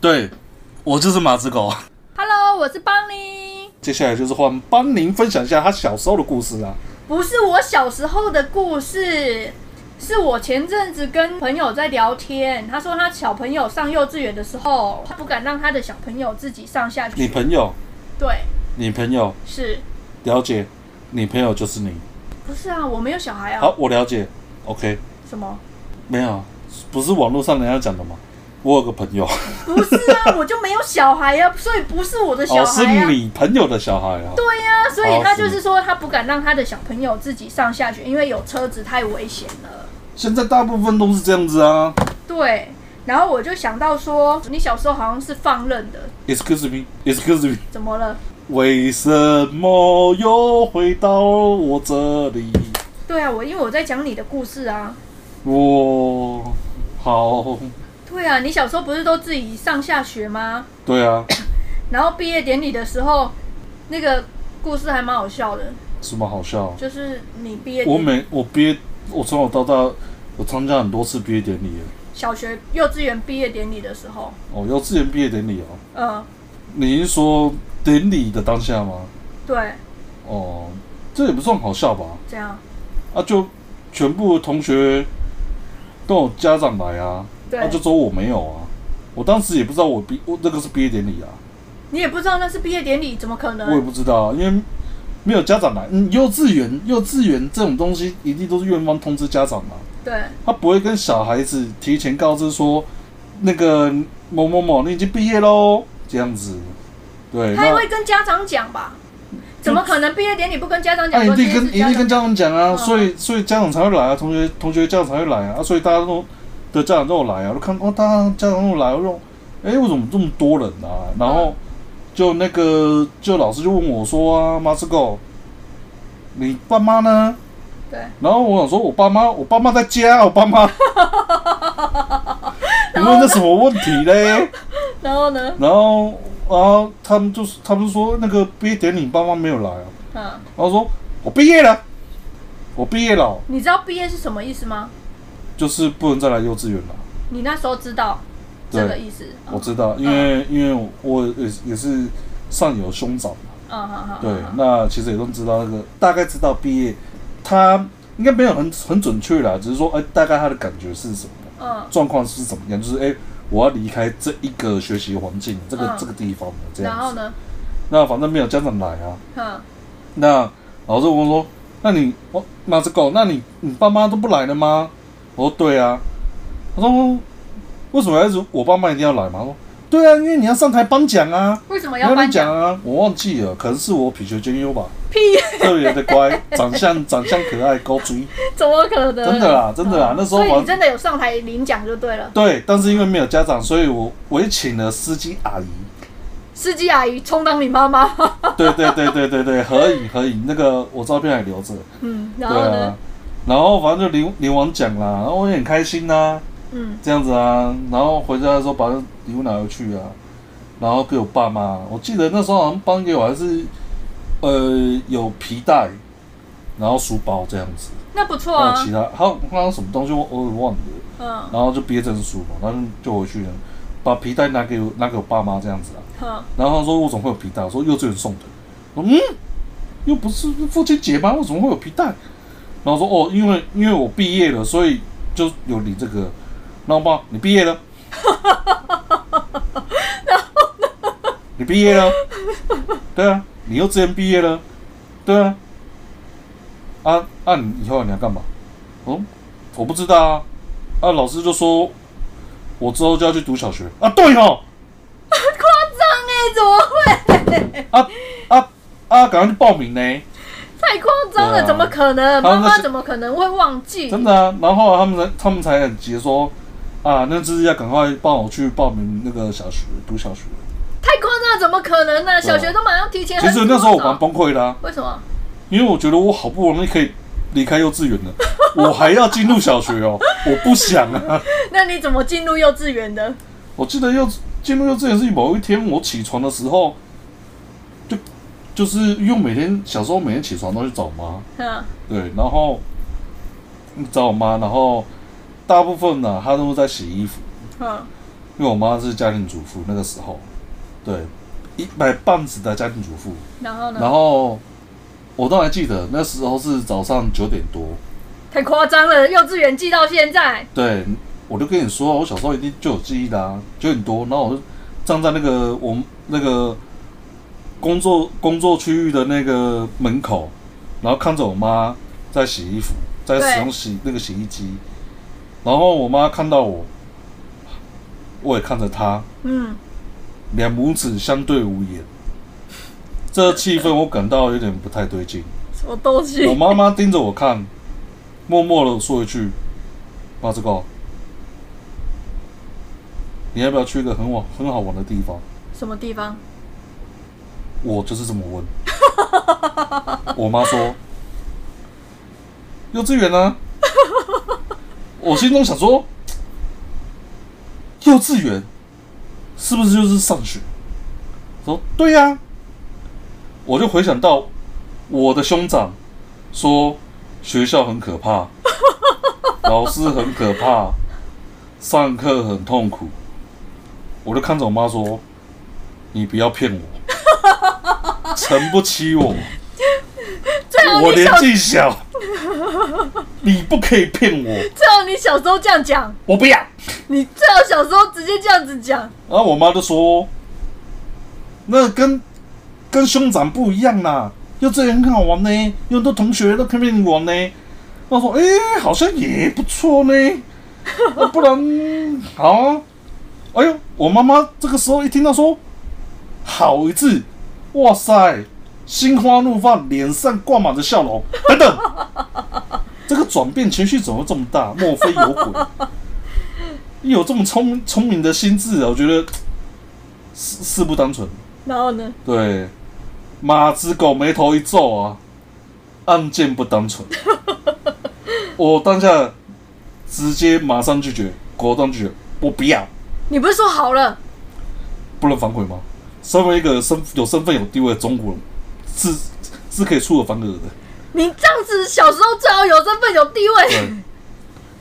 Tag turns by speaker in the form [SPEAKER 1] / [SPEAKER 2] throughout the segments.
[SPEAKER 1] 对，我就是马子狗。
[SPEAKER 2] Hello，我是邦尼，
[SPEAKER 1] 接下来就是换邦宁分享一下他小时候的故事啊。
[SPEAKER 2] 不是我小时候的故事，是我前阵子跟朋友在聊天，他说他小朋友上幼稚园的时候，他不敢让他的小朋友自己上下
[SPEAKER 1] 你
[SPEAKER 2] 学。
[SPEAKER 1] 朋友，
[SPEAKER 2] 对，
[SPEAKER 1] 你朋友
[SPEAKER 2] 是
[SPEAKER 1] 了解，你朋友就是你。
[SPEAKER 2] 不是啊？我没有小孩啊。
[SPEAKER 1] 好，我了解。OK，
[SPEAKER 2] 什么？
[SPEAKER 1] 没有，不是网络上人家讲的吗？我有个朋友，
[SPEAKER 2] 不是啊，我就没有小孩呀、啊， 所以不是我的小
[SPEAKER 1] 哦，是
[SPEAKER 2] 孩呀、啊。
[SPEAKER 1] 你朋友的小孩啊。
[SPEAKER 2] 对呀、所以
[SPEAKER 1] 哦
[SPEAKER 2] 他
[SPEAKER 1] 是
[SPEAKER 2] 就是说他不敢让他的小朋友自己上下学，因为有车子太危险了。
[SPEAKER 1] 现在大部分都是这样子啊。
[SPEAKER 2] 对，然后我就想到说，你小时候好像是放任的，
[SPEAKER 1] Excuse me，Excuse me，
[SPEAKER 2] 怎么了？
[SPEAKER 1] 为什么又回到我这里？
[SPEAKER 2] 对啊，我因为我在讲你的故事啊。
[SPEAKER 1] 我好，
[SPEAKER 2] 对啊，你小时候不是都自己上下学吗？
[SPEAKER 1] 对啊，
[SPEAKER 2] 然后毕业典礼的时候，那个故事还蛮好笑的，
[SPEAKER 1] 什么好笑？啊
[SPEAKER 2] 就是你毕业典
[SPEAKER 1] 我每我毕业，我从小到大，我参加很多次毕业典礼耶。啊
[SPEAKER 2] 小学、幼稚园毕业典礼的时候，
[SPEAKER 1] 哦，幼稚园毕业典礼哦。
[SPEAKER 2] 嗯，
[SPEAKER 1] 你是说典礼的当下吗？
[SPEAKER 2] 对，
[SPEAKER 1] 哦，这也不算好笑吧？
[SPEAKER 2] 这样，
[SPEAKER 1] 啊，就全部同学都有家长来啊，
[SPEAKER 2] 对，
[SPEAKER 1] 啊，就说我没有啊。我当时也不知道我毕我这个是毕业典礼啊，
[SPEAKER 2] 你也不知道那是毕业典礼，怎么可
[SPEAKER 1] 我也
[SPEAKER 2] 能？
[SPEAKER 1] 不知道、啊，因为没有家长来。嗯，幼稚园幼稚园这种东西一定都是院方通知家长嘛、
[SPEAKER 2] 对，
[SPEAKER 1] 他不会跟小孩子提前告知说，那个某某某你已经毕业喽，这样子。对，
[SPEAKER 2] 他也
[SPEAKER 1] 那
[SPEAKER 2] 会跟家长讲吧？怎么可能毕业典礼不跟家长
[SPEAKER 1] 那
[SPEAKER 2] 讲？
[SPEAKER 1] 啊一
[SPEAKER 2] 说今
[SPEAKER 1] 定哎
[SPEAKER 2] 天
[SPEAKER 1] 跟
[SPEAKER 2] 是
[SPEAKER 1] 一定跟
[SPEAKER 2] 家
[SPEAKER 1] 家长讲啊，
[SPEAKER 2] 嗯
[SPEAKER 1] 所以所以家长才会来啊，同学同学家长才会来啊，啊所以大家都的家长都有来啊，我看哦，大家家长都有来，我说，哎、为什么这么多人啊？然后就那个就老师就问我说啊，马斯狗，你爸妈呢？
[SPEAKER 2] 对，
[SPEAKER 1] 然后我想说，我爸妈，我爸妈在家，我爸妈， 你问这什么问题嘞？
[SPEAKER 2] 长，然后呢？
[SPEAKER 1] 然后，然后他们就是，他们说那个毕业典礼，爸妈没有来啊。
[SPEAKER 2] 嗯，
[SPEAKER 1] 然后说，我毕业了，我毕业了，
[SPEAKER 2] 你知道毕业是什么意思吗？
[SPEAKER 1] 就是不能再来幼稚园了。
[SPEAKER 2] 你那时候知道这个
[SPEAKER 1] 对
[SPEAKER 2] 意思？嗯
[SPEAKER 1] 我知道，因为因为我也也是上有兄长嘛，
[SPEAKER 2] 嗯好好，
[SPEAKER 1] 对
[SPEAKER 2] 好，
[SPEAKER 1] 那其实也都知道那个，大概知道毕业，他应该没有很很准确啦，只是说，哎、大概他的感觉是什么。
[SPEAKER 2] 嗯，
[SPEAKER 1] 状况是怎么样，就是哎、诶我要离开这一个学习环境，这个、
[SPEAKER 2] 嗯
[SPEAKER 1] 这个地方了，这
[SPEAKER 2] 然
[SPEAKER 1] 样
[SPEAKER 2] 后
[SPEAKER 1] 子。
[SPEAKER 2] 呢？
[SPEAKER 1] 那反正没有家长来啊，
[SPEAKER 2] 嗯，
[SPEAKER 1] 那老师问我说：“那你我马子狗，那你你爸妈都不来了吗？”我说：“对啊。”他说：“为什么要是我爸妈一定要来嘛？”我说：“对啊，因为你要上台颁奖啊，
[SPEAKER 2] 为什么
[SPEAKER 1] 你
[SPEAKER 2] 要颁
[SPEAKER 1] 颁
[SPEAKER 2] 奖？
[SPEAKER 1] 奖啊。”我忘记了，可能是我品学兼优吧，
[SPEAKER 2] 屁，
[SPEAKER 1] 特别的乖，长相长相可爱，高追。
[SPEAKER 2] 怎么可能？
[SPEAKER 1] 真的啦真的啦
[SPEAKER 2] 嗯
[SPEAKER 1] 那时候我
[SPEAKER 2] 所以你真的有上台领奖就对了。
[SPEAKER 1] 对，但是因为没有家长，所以我我也请了司机阿姨。
[SPEAKER 2] 司机阿姨充当你妈妈，
[SPEAKER 1] 对对对对对对，合影合影，那个我照片还留着。
[SPEAKER 2] 嗯，然
[SPEAKER 1] 对
[SPEAKER 2] 后
[SPEAKER 1] 啊
[SPEAKER 2] 呢？，
[SPEAKER 1] 然后反正就领领完奖啦，然后我也很开心呐、
[SPEAKER 2] 嗯，
[SPEAKER 1] 这样子啊，然后回家的时候把礼物拿回去啊，然后给我爸妈，我记得那时候好像帮给我还是呃有皮带，然后书包这样子，
[SPEAKER 2] 那不错
[SPEAKER 1] 还有
[SPEAKER 2] 啊
[SPEAKER 1] 其，他还有还有什么东西我偶尔忘了，
[SPEAKER 2] 嗯
[SPEAKER 1] 然后就憋成书嘛，然后就回去了，把皮带拿给我拿给我爸妈这样子啊。
[SPEAKER 2] 哼，
[SPEAKER 1] 然后他说我怎么会有皮带？我说幼稚园送的。我说嗯，又不是父亲节吗？为什么会有皮带？然后说哦，因为因为我毕业了，所以就有你这个。然后爸，你毕业了。 然后你毕业了？对啊，你幼稚园毕业了，对啊。啊啊，你以后你要干嘛？嗯，我不知道啊。啊，老师就说，我之后就要去读小学啊。对哦。
[SPEAKER 2] 夸张哎，怎么会？
[SPEAKER 1] 啊啊啊！赶快去报名呢，
[SPEAKER 2] 太夸张
[SPEAKER 1] 对啊
[SPEAKER 2] 了，怎么可能？
[SPEAKER 1] 他
[SPEAKER 2] 妈
[SPEAKER 1] 们那
[SPEAKER 2] 妈
[SPEAKER 1] 是
[SPEAKER 2] 怎么可能会忘记？
[SPEAKER 1] 真的啊。然后他们才他们才很急说，啊，那就是要赶快帮我去报名那个小学读小学。
[SPEAKER 2] 太夸张了，怎么可能呢？小学都马上提前
[SPEAKER 1] 啊其
[SPEAKER 2] 很多
[SPEAKER 1] 实那
[SPEAKER 2] 少。
[SPEAKER 1] 时候我蛮崩溃的、啊，
[SPEAKER 2] 为什么？
[SPEAKER 1] 因为我觉得我好不容易可以离开幼稚园了，我还要进入小学哦，我不想啊。
[SPEAKER 2] 那你怎么进入幼稚园的？
[SPEAKER 1] 我记得幼进入幼稚园是某一天我起床的时候，就就是因为我每天小时候每天起床都去找我妈，
[SPEAKER 2] 嗯
[SPEAKER 1] 对，然后啊找我妈，然后大部分呢、她都是在洗衣服。
[SPEAKER 2] 嗯
[SPEAKER 1] 因为我妈是家庭主妇，那个时候，对，一百棒子的家庭主妇。
[SPEAKER 2] 然后呢？
[SPEAKER 1] 然后我都还记得那时候是早上九点多，
[SPEAKER 2] 太夸张了，幼稚园记到现在，
[SPEAKER 1] 对，我就跟你说，我小时候一定就有记忆的啊，九点多，然后我就站在那个我们那个工作工作区域的那个门口，然后看着我妈在洗衣服，在
[SPEAKER 2] 对
[SPEAKER 1] 使用洗那个洗衣机，然后我妈看到我，我也看着她，
[SPEAKER 2] 嗯，
[SPEAKER 1] 两母子相对无言，这气氛我感到有点不太对劲。
[SPEAKER 2] 什么东
[SPEAKER 1] 我
[SPEAKER 2] 西？
[SPEAKER 1] 妈妈盯着我看，默默的说一句：“妈，这个，你要不要去一个很玩很好玩的地方
[SPEAKER 2] 什么地方？？”
[SPEAKER 1] 我就是这么问。我妈说：“幼稚园啊。”我心中想说，幼稚园是不是就是上学？说对呀、我就回想到我的兄长说学校很可怕，老师很可怕，上课很痛苦。我就看着我妈说：“你不要骗我，撑不起我，
[SPEAKER 2] 最好
[SPEAKER 1] 我
[SPEAKER 2] 你
[SPEAKER 1] 年
[SPEAKER 2] 小，
[SPEAKER 1] 纪小，你不可以骗我，
[SPEAKER 2] 最好你小时候这样讲，
[SPEAKER 1] 我不要。”
[SPEAKER 2] 你最好小时候直接这样子讲，
[SPEAKER 1] 然后我妈就说：“那跟跟兄长不一样啦，幼稚园很好玩呢，有很多同学都拼命玩呢。”我说：“哎、好像也不错呢，啊不然 好、啊。”哎呦，我妈妈这个时候一听到说“好”一字，哇塞，心花怒放，脸上挂满着笑容。等 等，这个转变情绪怎么这么大？莫非有鬼？有这么聪聪明的心智啊，我觉得事事不单纯。
[SPEAKER 2] 然后呢？
[SPEAKER 1] 对，马子狗眉头一皱啊，案件不单纯。我当下直接马上拒绝，果断拒绝，我不要，
[SPEAKER 2] 你不是说好了？
[SPEAKER 1] 不能反悔吗？身为一个身有身份有地位的中国人，是是可以出尔反尔的。
[SPEAKER 2] 你这样子小时候最好有身份有地
[SPEAKER 1] 对
[SPEAKER 2] 位，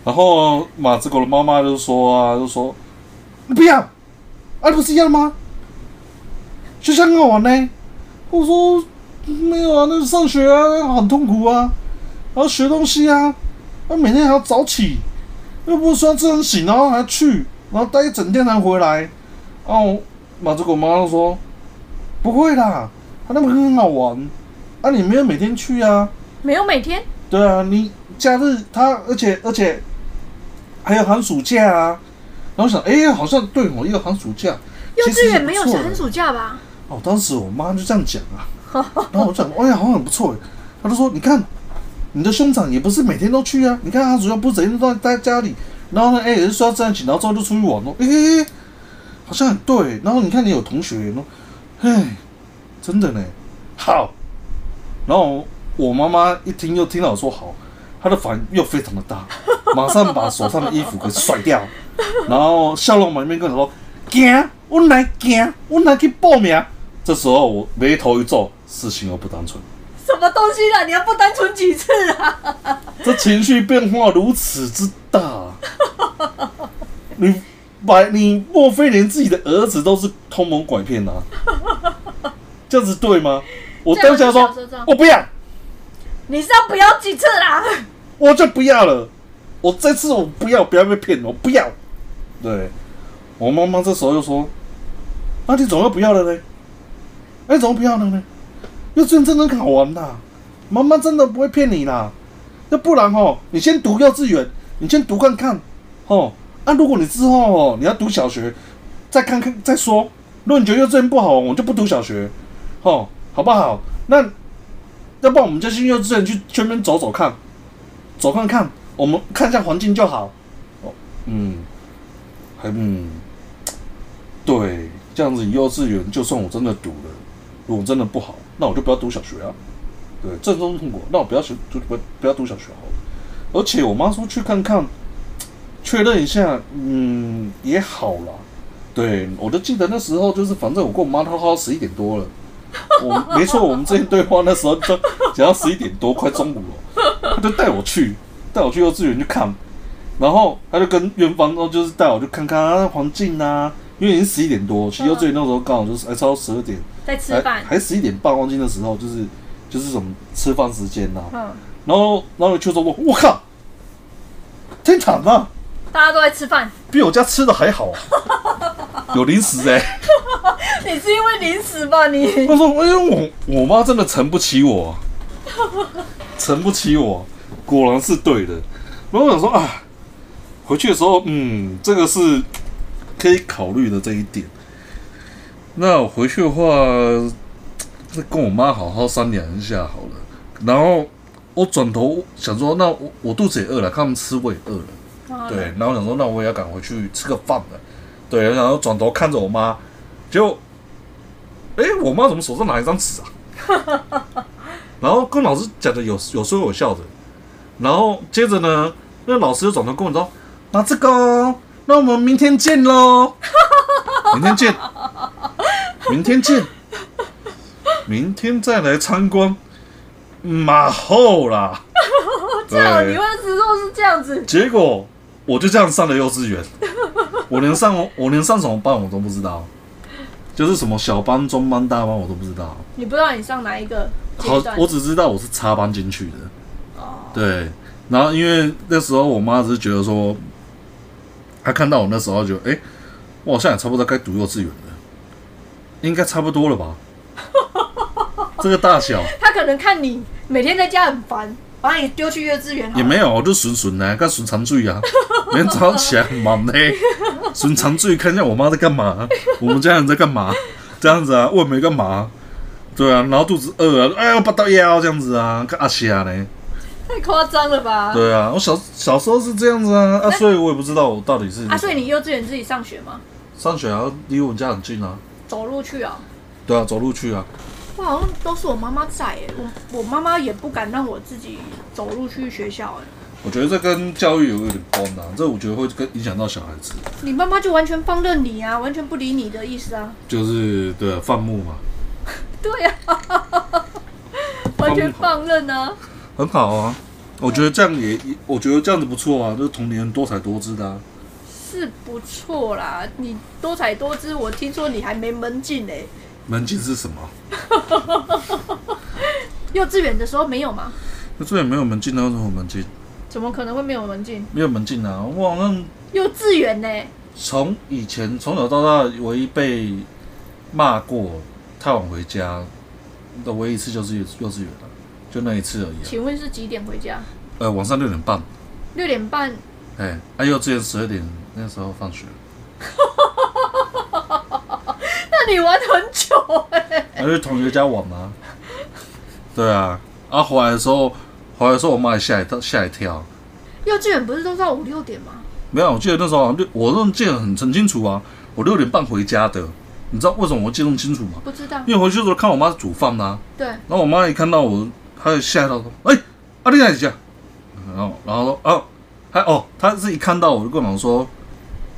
[SPEAKER 1] 然后马子狗的妈妈就说啊，就说你不要，啊，不是一样吗？学校很好玩呢。我说没有啊，那上学啊很痛苦啊，然后学东西啊，那每天还要早起，又不是说自然醒，然后还要去，然后待一整天才回来。然后马子狗妈妈就说不会啦，他那边很好玩，啊，你没有每天去啊。
[SPEAKER 2] 没有每天，
[SPEAKER 1] 对啊，你假日他，而且而且还有寒暑假啊。然后想，哎、好像对我也有寒暑假。
[SPEAKER 2] 幼
[SPEAKER 1] 其实
[SPEAKER 2] 稚
[SPEAKER 1] 也
[SPEAKER 2] 园
[SPEAKER 1] 不
[SPEAKER 2] 没有
[SPEAKER 1] 错
[SPEAKER 2] 寒暑假吧？
[SPEAKER 1] 哦，当时我妈就这样讲啊， 然后我就想，哎呀，好像很不错哎。她就说，你看，你的兄长也不是每天都去啊，你看他主要不是整天都在家里，然后呢，哎、也是说这样起，然后之后就出去玩哦，哎、哎哎好像很对。然后你看你有同学哦，哎，真的呢，好。然后我妈妈一听又听到我说好，她的反应又非常的大，马上把手上的衣服给甩掉， 然后笑容满面跟我说：“行，我来行，我来去报名。”这时候我眉头一皱，事情又不单纯，
[SPEAKER 2] 什么东西啦？你要不单纯几次啊？
[SPEAKER 1] 这情绪变化如此之大，你把你莫非连自己的儿子都是偷蒙拐骗啊？这样子对吗？我当下
[SPEAKER 2] 这样
[SPEAKER 1] 说
[SPEAKER 2] 我就想说这样，
[SPEAKER 1] 我不要。
[SPEAKER 2] 你是要不要几次啊啦？
[SPEAKER 1] 我就不要了，我这次我不要，不要被骗，我不要。对，我妈妈这时候又说：“那、你怎么又不要了呢？哎、怎么不要了呢？幼稚园真的很好玩呐、妈妈真的不会骗你啦。要不然哦，你先读幼稚园，你先读看看，哦，啊，如果你之后哦你要读小学，再看看再说。如果你觉得幼稚园不好玩，我就不读小学，哦，好不好？那要不然我们就去幼稚园去圈边走走看。”走看看，我们看一下环境就好。哦，嗯，还嗯，对，这样子幼稚园就算我真的读了，如果真的不好，那我就不要读小学啊。对，正宗痛苦，那我不要学，就不不要读小学好了。而且我妈说去看看，确认一下，嗯，也好啦。对，我就记得那时候就是，反正我跟我妈她耗到十一点多了。我没错，我们之前对话那时候就讲到十一点多，快中午了。他就带我去，带我去幼稚园去看。然后他就跟院方，然后就是带我去看看啊环境啊，因为已经十一点多，去幼稚园那时候刚好就是还哎超十二点，
[SPEAKER 2] 在嗯吃
[SPEAKER 1] 还
[SPEAKER 2] 饭，
[SPEAKER 1] 还十一点半，忘记那时候就是就是什么吃饭时间呐、
[SPEAKER 2] 嗯，
[SPEAKER 1] 然后然后就说我我靠，天堂啊，
[SPEAKER 2] 大家都在吃饭。
[SPEAKER 1] 比我家吃的还好、啊， 有零食哎、
[SPEAKER 2] 你是因为零食吧？你
[SPEAKER 1] 我说，哎、我我妈真的撑不起我，撑不起我，啊果然是对的。然后我想说啊，回去的时候，嗯，这个是可以考虑的这一点。那我回去的话，再跟我妈好好商量一下好了。然后我转头想说，那我我肚子也饿了，看他们吃我也饿了。
[SPEAKER 2] 哦
[SPEAKER 1] 对，，然后想说，那我也要赶回去吃个饭了。对，然后转头看着我妈，就，哎，我妈怎么手上拿一张纸啊？然后跟老师讲的有有说有笑的，然后接着呢，那老师就转头跟我说：“那这个哦，那我们明天见喽，明天见，明天见，明天再来参观，马后啦。对”
[SPEAKER 2] 这样你问时候是这样子，
[SPEAKER 1] 结果我就这样上了幼稚园， 我连上我连上什么班我都不知道，就是什么小班、中班、大班我都不知道。
[SPEAKER 2] 你不知道你上哪一个
[SPEAKER 1] 好
[SPEAKER 2] 阶段，
[SPEAKER 1] 我只知道我是插班进去的。
[SPEAKER 2] 哦，
[SPEAKER 1] 对，然后因为那时候我妈只是觉得说，她看到我那时候就哎、诶我好像也差不多该读幼稚园了，应该差不多了 吧？这个大小
[SPEAKER 2] 他可能看你每天在家很烦，把你丢去幼稚园好了
[SPEAKER 1] 也没有，我就顺顺的，看顺长醉 啊，每天早上起来很忙呢，顺长醉看一下我妈在干嘛，我们家人在干嘛，这样子啊，问没干嘛，对啊，然后肚子饿啊，哎呦，不到腰这样子啊，跟阿西啊呢，
[SPEAKER 2] 太夸张了吧？
[SPEAKER 1] 对啊，我小小时候是这样子啊，啊，所以我也不知道我到底是
[SPEAKER 2] 啊，所以你幼稚园自己上学吗？
[SPEAKER 1] 上学啊，离我们家很近啊，
[SPEAKER 2] 走路去啊？
[SPEAKER 1] 对啊，走路去啊，
[SPEAKER 2] 我好像都是我妈妈在、欸，我我妈妈也不敢让我自己走路去学校、欸，
[SPEAKER 1] 我觉得这跟教育有一点关啊，这我觉得会跟影响到小孩子，
[SPEAKER 2] 你妈妈就完全放任你啊，完全不理你的意思啊，
[SPEAKER 1] 就是对、啊、放牧嘛，
[SPEAKER 2] 对啊， 完全放任啊，
[SPEAKER 1] 很好啊，我觉得这样也，也我觉得这样子不错啊，就是童年多彩多姿的、啊。
[SPEAKER 2] 是不错啦，你多彩多姿，我听说你还没门禁欸嘞、
[SPEAKER 1] 门禁是什么？
[SPEAKER 2] 幼稚园的时候没有吗？
[SPEAKER 1] 那这也没有门禁啊，为什么有门禁？
[SPEAKER 2] 怎么可能会没有门禁？
[SPEAKER 1] 没有门禁啊！我好像
[SPEAKER 2] 幼稚园欸呢、
[SPEAKER 1] 从以前从小到大唯一被骂过太晚回家的唯一一次就是幼幼稚园了、就那一次而已、啊。
[SPEAKER 2] 请问是几点回家？
[SPEAKER 1] 呃，晚上六点半，
[SPEAKER 2] 六点半，
[SPEAKER 1] 哎、啊，幼稚园十二点那时候放学，
[SPEAKER 2] 那你玩很久哎、
[SPEAKER 1] 然后去同学家玩嘛。对啊，啊，回来的时候，回来的时候我妈也吓一跳，吓一跳。
[SPEAKER 2] 幼稚园不是都到五六点吗？
[SPEAKER 1] 没有，我记得那时候好像六，我那记得很很清楚啊。我六点半回家的，你知道为什么我记得那么清楚吗？
[SPEAKER 2] 不知道，
[SPEAKER 1] 因为回去的时候看我妈煮饭呐、
[SPEAKER 2] 对，
[SPEAKER 1] 然后我妈一看到我，她就吓到说：“哎、阿丽在家。”然后然后说：“哦，她哦，她是一看到我就跟我说，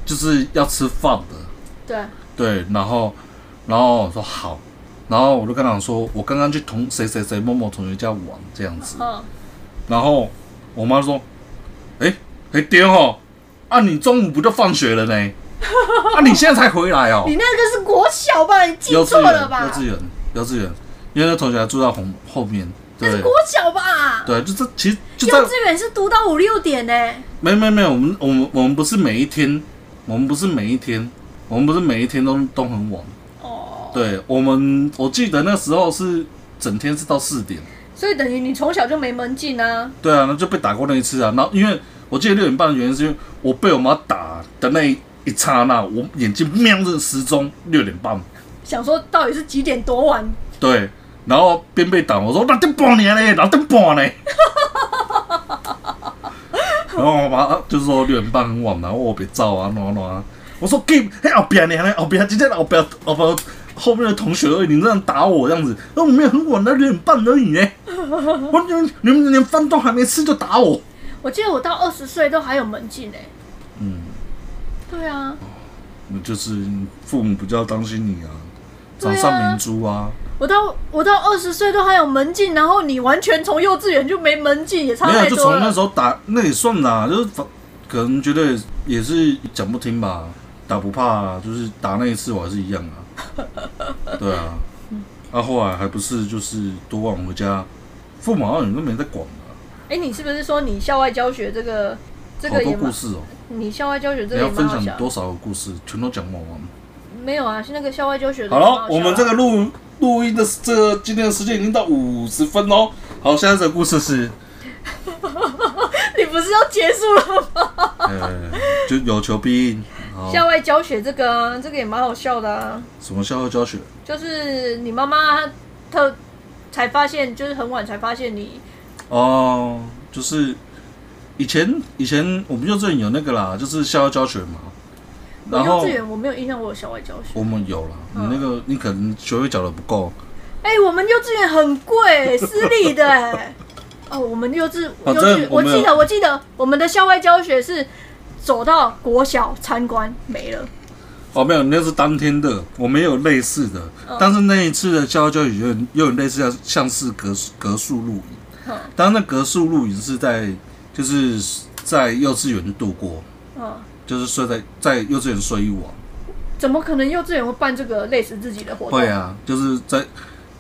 [SPEAKER 1] 就是要吃饭的。”
[SPEAKER 2] 对，
[SPEAKER 1] 对，然后然后我说好，然后我就跟她讲说，我刚刚去同谁谁谁某某同学家玩这样子。
[SPEAKER 2] 嗯，
[SPEAKER 1] 然后我妈说：“哎、哎爹哦，啊你中午不就放学了 呢？啊你现在才回来哦
[SPEAKER 2] 你？那个是国小吧？你记
[SPEAKER 1] 幼稚
[SPEAKER 2] 错
[SPEAKER 1] 园，
[SPEAKER 2] 了吧
[SPEAKER 1] 幼？稚园，幼稚园，因为那同学还住在后后面，
[SPEAKER 2] 那是
[SPEAKER 1] 对
[SPEAKER 2] 国小吧？
[SPEAKER 1] 对，就这其实就
[SPEAKER 2] 幼
[SPEAKER 1] 在
[SPEAKER 2] 稚园是读到五六点呢、
[SPEAKER 1] 没没没，我们我们我们不是每一天，我们不是每一天，我们不是每一天都都很晚，
[SPEAKER 2] 哦，
[SPEAKER 1] 对我们我记得那时候是整天是到四点，
[SPEAKER 2] 所以等于你从小就没门禁啊。
[SPEAKER 1] 对啊，那就被打过那一次啊。然后因为我记得六点半的原因是因为我被我妈打的那一刹那，我眼睛瞄着时钟六点半，
[SPEAKER 2] 想说到底是几点多晚？
[SPEAKER 1] 对，然后边被打，我说哪点半年嘞，哪点半嘞。 然后我妈就说六点半很晚啊，我别照啊，暖暖啊。我说给，嘿，后边呢，后边今天后边后边后面的同学而已，你这样打我这样子，那我没有很晚啊，六点半而已呢。我你们你们连饭都还没吃就打我。
[SPEAKER 2] 我记得我到二十岁都还有门禁呢、
[SPEAKER 1] 嗯，
[SPEAKER 2] 对啊，
[SPEAKER 1] 就是父母比较担心你啊，
[SPEAKER 2] 对
[SPEAKER 1] 掌
[SPEAKER 2] 啊
[SPEAKER 1] 上明珠啊，
[SPEAKER 2] 我到我到二十岁都还有门禁，然后你完全从幼稚园就没门禁，也差
[SPEAKER 1] 没有
[SPEAKER 2] 太
[SPEAKER 1] 就
[SPEAKER 2] 多
[SPEAKER 1] 从那
[SPEAKER 2] 了。
[SPEAKER 1] 时候打，那也算啦，就是反可能觉得也是讲不听吧，打不怕、啊就是打那一次我还是一 样啊。对啊，啊后来还不是就是多往回家，父母好像也都没在管啊，
[SPEAKER 2] 哎、你是不是说你校外教学这个这
[SPEAKER 1] 好
[SPEAKER 2] 个
[SPEAKER 1] 多
[SPEAKER 2] 也
[SPEAKER 1] 故
[SPEAKER 2] 蛮？
[SPEAKER 1] 事哦、
[SPEAKER 2] 你校外教学
[SPEAKER 1] 你
[SPEAKER 2] 这个也
[SPEAKER 1] 要
[SPEAKER 2] 蛮
[SPEAKER 1] 分
[SPEAKER 2] 好笑嗯
[SPEAKER 1] 享多少个故事，全都讲不完。
[SPEAKER 2] 没有啊，是那个校外教学的。
[SPEAKER 1] 好
[SPEAKER 2] 啊
[SPEAKER 1] 了，我们这
[SPEAKER 2] 个
[SPEAKER 1] 个录录音的这个今天的时间已经到五十分喽。好，下一则故事是，
[SPEAKER 2] 你不是要结束了吗？
[SPEAKER 1] 呃，就有求必应。好，
[SPEAKER 2] 校外教学这个啊，这个也蛮好笑的啊。
[SPEAKER 1] 什么校外教学？
[SPEAKER 2] 就是你妈妈特才发现，就是很晚才发现你
[SPEAKER 1] 哦，就是以前以前我们幼稚园有那个啦，就是校外教学嘛。
[SPEAKER 2] 我
[SPEAKER 1] 然
[SPEAKER 2] 幼
[SPEAKER 1] 后
[SPEAKER 2] 稚园我嗯没有印象我有校外教学。
[SPEAKER 1] 我们有啦，你那个你可能学费缴的不够，
[SPEAKER 2] 哎、我们幼稚园很 贵，私立的、哎哦，我们幼稚
[SPEAKER 1] 反
[SPEAKER 2] 幼
[SPEAKER 1] 正
[SPEAKER 2] 稚园，
[SPEAKER 1] 我
[SPEAKER 2] 我
[SPEAKER 1] 们
[SPEAKER 2] 记
[SPEAKER 1] 有
[SPEAKER 2] 得我记得我们的校外教学是走到国小参观没了。
[SPEAKER 1] 哦，没有，那是当天的，我们也有类似的，
[SPEAKER 2] 嗯
[SPEAKER 1] 但是那一次的教教育有点有点类似像像是格数格数录影
[SPEAKER 2] 嗯，
[SPEAKER 1] 当然那格数录影是在就是在幼稚园度过，
[SPEAKER 2] 嗯，
[SPEAKER 1] 就是睡在在幼稚园睡一晚，
[SPEAKER 2] 怎么可能幼稚园会办这个累死自己的活动？
[SPEAKER 1] 会啊，就是在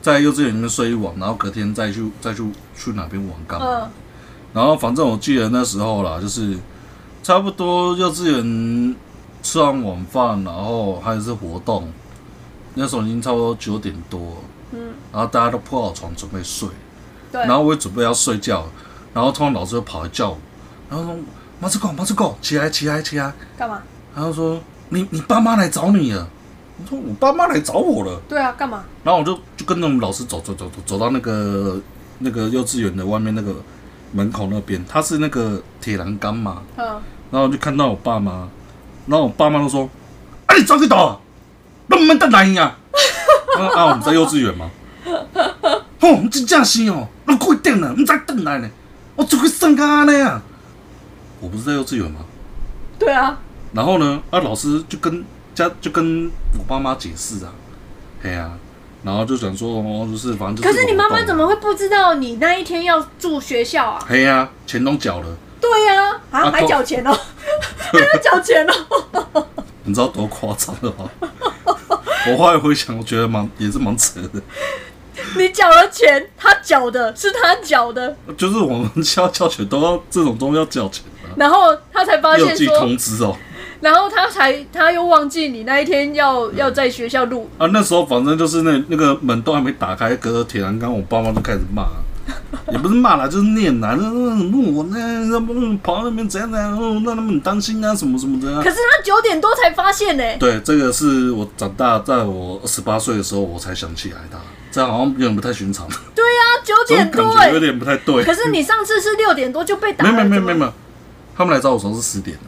[SPEAKER 1] 在幼稚园里面睡一晚，然后隔天再去再去去哪边玩干嘛，
[SPEAKER 2] 嗯，
[SPEAKER 1] 然后反正我记得那时候啦，就是差不多幼稚园吃完晚饭，然后还有是活动，那时候已经差不多九点多，
[SPEAKER 2] 嗯，
[SPEAKER 1] 然后大家都铺好床准备睡，
[SPEAKER 2] 对。
[SPEAKER 1] 然后我也准备要睡觉，然后突然老师就跑来叫我，然后说马子狗马子狗起来起来起来，
[SPEAKER 2] 干嘛？
[SPEAKER 1] 然后说你你爸妈来找你了，我说我爸妈来找我了，
[SPEAKER 2] 对啊，干嘛？
[SPEAKER 1] 然后我就就跟着我们老师走走走走走到那个那个幼稚园的外面那个门口那边，它是那个铁栏杆嘛，
[SPEAKER 2] 嗯，
[SPEAKER 1] 然后我就看到我爸妈，然后我爸妈都说：“啊，你抓去倒，那么蛋蛋呀！”啊啊，我们在幼稚园嘛，吼、哦，真正是哦，那快点了，你再等来呢，哦我出去上课呢啊！我不是在幼稚园吗？
[SPEAKER 2] 对啊，
[SPEAKER 1] 然后呢，啊，老师就跟家就跟我爸妈解释啊，嘿呀、然后就想说哦，就是反正就
[SPEAKER 2] 可
[SPEAKER 1] 是。
[SPEAKER 2] 是你妈妈怎么？会不知道你那一天要住学校啊？
[SPEAKER 1] 嘿呀、钱都缴了，
[SPEAKER 2] 对呀、啊，
[SPEAKER 1] 啊
[SPEAKER 2] 还
[SPEAKER 1] 够
[SPEAKER 2] 缴钱哦、还要缴钱哦、
[SPEAKER 1] 你知道多夸张了吗？ 我后来回想，我觉得蛮也是蛮扯的，
[SPEAKER 2] 你缴了钱，他缴的是他缴的，
[SPEAKER 1] 就是我们校教学都要这种东西要缴钱啊，
[SPEAKER 2] 然后他才发
[SPEAKER 1] 要
[SPEAKER 2] 现
[SPEAKER 1] 寄
[SPEAKER 2] 说
[SPEAKER 1] 通，知哦。
[SPEAKER 2] 然后他才他又忘记你那一天要、
[SPEAKER 1] 嗯
[SPEAKER 2] 要在学校录，
[SPEAKER 1] 啊，那时候反正就是那那个门都还没打开，隔着铁栏杆，我爸妈就开始骂，也不是骂啦，就是念啦，那那那我那那那跑到那边怎样怎样，哦让他们很担心啊，什么什么的、啊
[SPEAKER 2] 可。是他九点多才发现呢、欸
[SPEAKER 1] 对，这个是我长大，在我十八岁的时候，我才想起来的，这样好像有点不太寻常，
[SPEAKER 2] 对啊，九
[SPEAKER 1] 这
[SPEAKER 2] 点
[SPEAKER 1] 种感
[SPEAKER 2] 多
[SPEAKER 1] 觉
[SPEAKER 2] 哎、
[SPEAKER 1] 有点不太对。
[SPEAKER 2] 可是你上次是六点多就被打
[SPEAKER 1] 没
[SPEAKER 2] 了，
[SPEAKER 1] 有没有没有
[SPEAKER 2] 怎么
[SPEAKER 1] 没有没有，他们来找我的时候是十点的，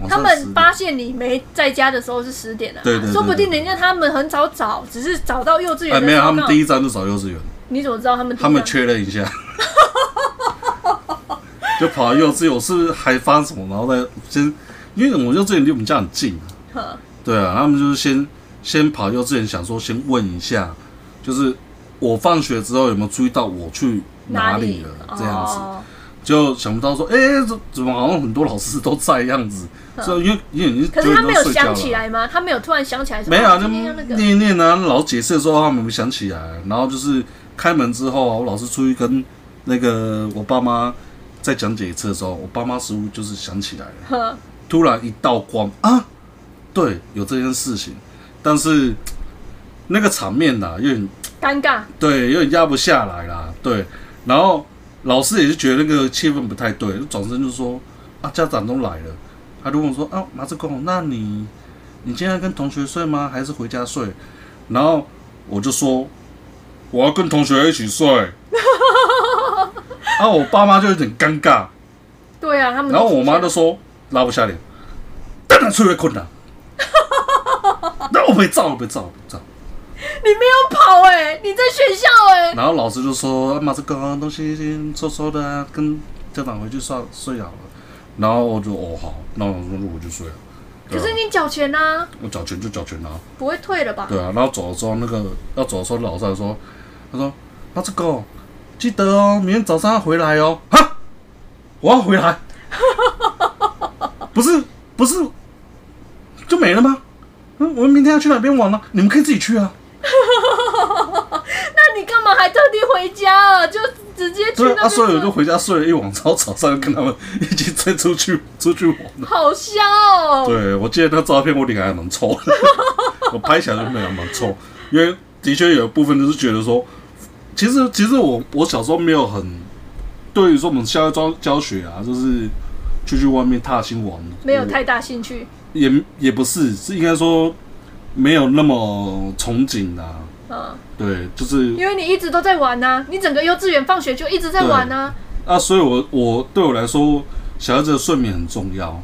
[SPEAKER 1] 晚
[SPEAKER 2] 他
[SPEAKER 1] 上10
[SPEAKER 2] 们
[SPEAKER 1] 点
[SPEAKER 2] 发现你没在家的时候是十点了、啊
[SPEAKER 1] 对对对对
[SPEAKER 2] 说不定人家他们很早找，只是找到幼稚园
[SPEAKER 1] 哎
[SPEAKER 2] 的时候。
[SPEAKER 1] 没有，他们第
[SPEAKER 2] 一，
[SPEAKER 1] 一站就找幼稚园，
[SPEAKER 2] 你怎么知道他们第一
[SPEAKER 1] 他们
[SPEAKER 2] 张
[SPEAKER 1] 确认一下， 就跑到幼稚园，我是不是还发什么，然后再先，因为我幼稚园离我们家很近啊，
[SPEAKER 2] 呵
[SPEAKER 1] 对啊，他们就是先先跑幼稚园，想说先问一下，就是我放学之后有没有注意到我去哪里
[SPEAKER 2] 里
[SPEAKER 1] 了，这样子。
[SPEAKER 2] 哦
[SPEAKER 1] 就想不到说，哎、怎怎么好像很多老师都在样子？所以因为因为
[SPEAKER 2] 嗯可是他没有
[SPEAKER 1] 睡觉
[SPEAKER 2] 想
[SPEAKER 1] 了
[SPEAKER 2] 起
[SPEAKER 1] 啊。
[SPEAKER 2] 来吗？他没有突然想起来说，
[SPEAKER 1] 没有
[SPEAKER 2] 啊
[SPEAKER 1] 啊，
[SPEAKER 2] 今
[SPEAKER 1] 就
[SPEAKER 2] 天要那个
[SPEAKER 1] 念一念啊，老师解释的时候他们没想起来，然后就是开门之后啊，我老师出去跟那个我爸妈在讲解一次的时候，我爸妈似乎就是想起来了，
[SPEAKER 2] 呵
[SPEAKER 1] 突然一道光啊，对，有这件事情，但是那个场面呐、有点
[SPEAKER 2] 尴尬，
[SPEAKER 1] 对，有点压不下来啦。对，然后老师也是觉得那个气氛不太对，就转身就说：“啊，家长都来了。”他就问我说：“啊，马志公，那你你今天跟同学睡吗？还是回家睡？”然后我就说：“我要跟同学一起睡。”然后我爸妈就有点尴尬，
[SPEAKER 2] 对啊，他们都
[SPEAKER 1] 然后我妈就
[SPEAKER 2] 出
[SPEAKER 1] 说：“拉不下脸，当然睡会困难。” 那我没照，我没照，我没照。
[SPEAKER 2] 现你没有跑哎、你在学校哎、
[SPEAKER 1] 然后老师就说：“啊妈，这个东西先收收的、啊，跟家长回去睡睡好了。”然后我就哦好，那我说那我就睡了。对
[SPEAKER 2] 可
[SPEAKER 1] 啊
[SPEAKER 2] 是你缴钱啊，
[SPEAKER 1] 我缴钱就缴钱啊，
[SPEAKER 2] 不会退了吧？
[SPEAKER 1] 对啊。然后走的时候，那个要走的时候，老师还说：“他说妈，这个记得哦，明天早上要回来哦。”哈，我要回来。 不是不是，就没了吗？嗯，我们明天要去哪边玩呢、你们可以自己去啊。
[SPEAKER 2] 那你干嘛还特地回家啊？就直接去
[SPEAKER 1] 对
[SPEAKER 2] 那
[SPEAKER 1] 啊，所以我
[SPEAKER 2] 边
[SPEAKER 1] 就
[SPEAKER 2] 做？
[SPEAKER 1] 回家睡了一晚，然后早上又跟他们一起再出去出去玩。
[SPEAKER 2] 好香哦！
[SPEAKER 1] 对，我记得那照片我脸还蛮臭的， 我拍起来就脸还蛮臭，因为的确有一部分就是觉得说，其实其实我我小时候没有很对于说我们校外教教学啊，就是出去外面踏青玩，
[SPEAKER 2] 没有
[SPEAKER 1] 我
[SPEAKER 2] 太大兴趣
[SPEAKER 1] 也也不是，是应该说没有那么憧憬啊。
[SPEAKER 2] 啊，
[SPEAKER 1] 对，就是
[SPEAKER 2] 因为你一直都在玩呐、你整个幼稚园放学就一直在玩呐、
[SPEAKER 1] 啊，所以我我对我来说，小孩子的睡眠很重要。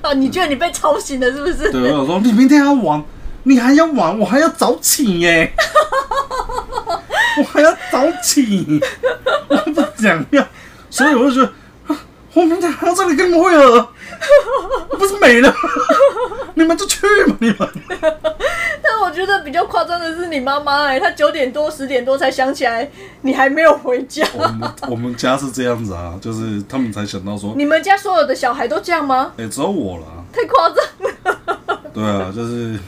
[SPEAKER 2] 啊，你觉得你被吵醒了是不是？
[SPEAKER 1] 对，我想说你明天还要玩，你还要玩，我还要早起耶， 我还要早起，我不想要，所以我就觉得，啊我明天还要这里跟会合，我不是没了， 你们就去吧，你们。
[SPEAKER 2] 但我觉得比较夸张的是你妈妈哎，她九点多十点多才想起来你还没有回家。
[SPEAKER 1] 我们我们家是这样子啊，就是他们才想到说，
[SPEAKER 2] 你们家所有的小孩都这样吗？
[SPEAKER 1] 哎、只有我了。
[SPEAKER 2] 太夸张了！
[SPEAKER 1] 对啊，就是，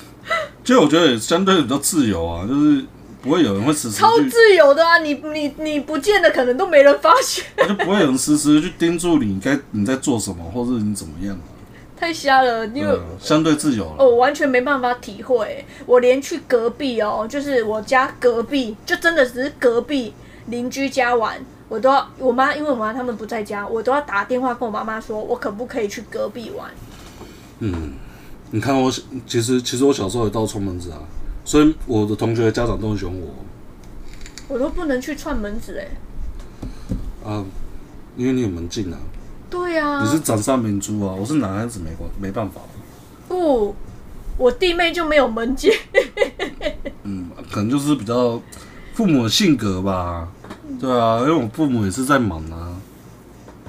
[SPEAKER 1] 就我觉得也相对比较自由啊，就是不会有人会时时
[SPEAKER 2] 超
[SPEAKER 1] 去，
[SPEAKER 2] 自由的啊！你你你不见了，可能都没人发现，
[SPEAKER 1] 就不会有人时时去盯住你该你在做什么，或者你怎么样啊，
[SPEAKER 2] 太瞎了。因
[SPEAKER 1] 对
[SPEAKER 2] 为
[SPEAKER 1] 啊，相对自由
[SPEAKER 2] 哦，
[SPEAKER 1] 了。
[SPEAKER 2] 我完全没办法体会，我连去隔壁哦，就是我家隔壁，就真的只是隔壁邻居家玩，我都要我妈，因为我妈他们不在家，我都要打电话跟我妈妈说，我可不可以去隔壁玩？
[SPEAKER 1] 你看我，其实其实我小时候也到串门子啊，所以我的同学家长都很喜欢我
[SPEAKER 2] 我都不能去串门子哎。
[SPEAKER 1] 啊，因为你有门禁啊，
[SPEAKER 2] 对呀、
[SPEAKER 1] 你是掌上明珠啊，我是男孩子没关没办法，
[SPEAKER 2] 不，哦我弟妹就没有门禁，
[SPEAKER 1] 嗯，可能就是比较父母的性格吧，
[SPEAKER 2] 嗯
[SPEAKER 1] 对啊，因为我父母也是在忙啊，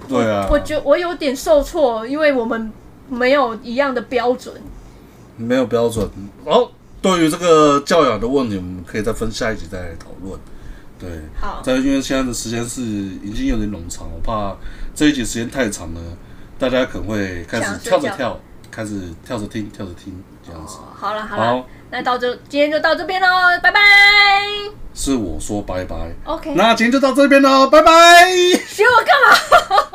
[SPEAKER 1] 对啊，
[SPEAKER 2] 我觉我有点受挫，因为我们没有一样的标准。
[SPEAKER 1] 没有标准。然后对于这个教养的问题，我们可以再分下一集再来讨论。对，
[SPEAKER 2] 好
[SPEAKER 1] 再因为现在的时间是已经有点冗长，我怕这一集时间太长了，大家可能会开始
[SPEAKER 2] 想睡
[SPEAKER 1] 跳着
[SPEAKER 2] 觉
[SPEAKER 1] 跳，开始跳着听，跳着听这样子。
[SPEAKER 2] 哦，好了好了
[SPEAKER 1] 好，
[SPEAKER 2] 那到这今天就到这边喽，拜拜。
[SPEAKER 1] 是我说拜拜，
[SPEAKER 2] OK，
[SPEAKER 1] 那今天就到这边喽，拜拜。
[SPEAKER 2] 学我干嘛？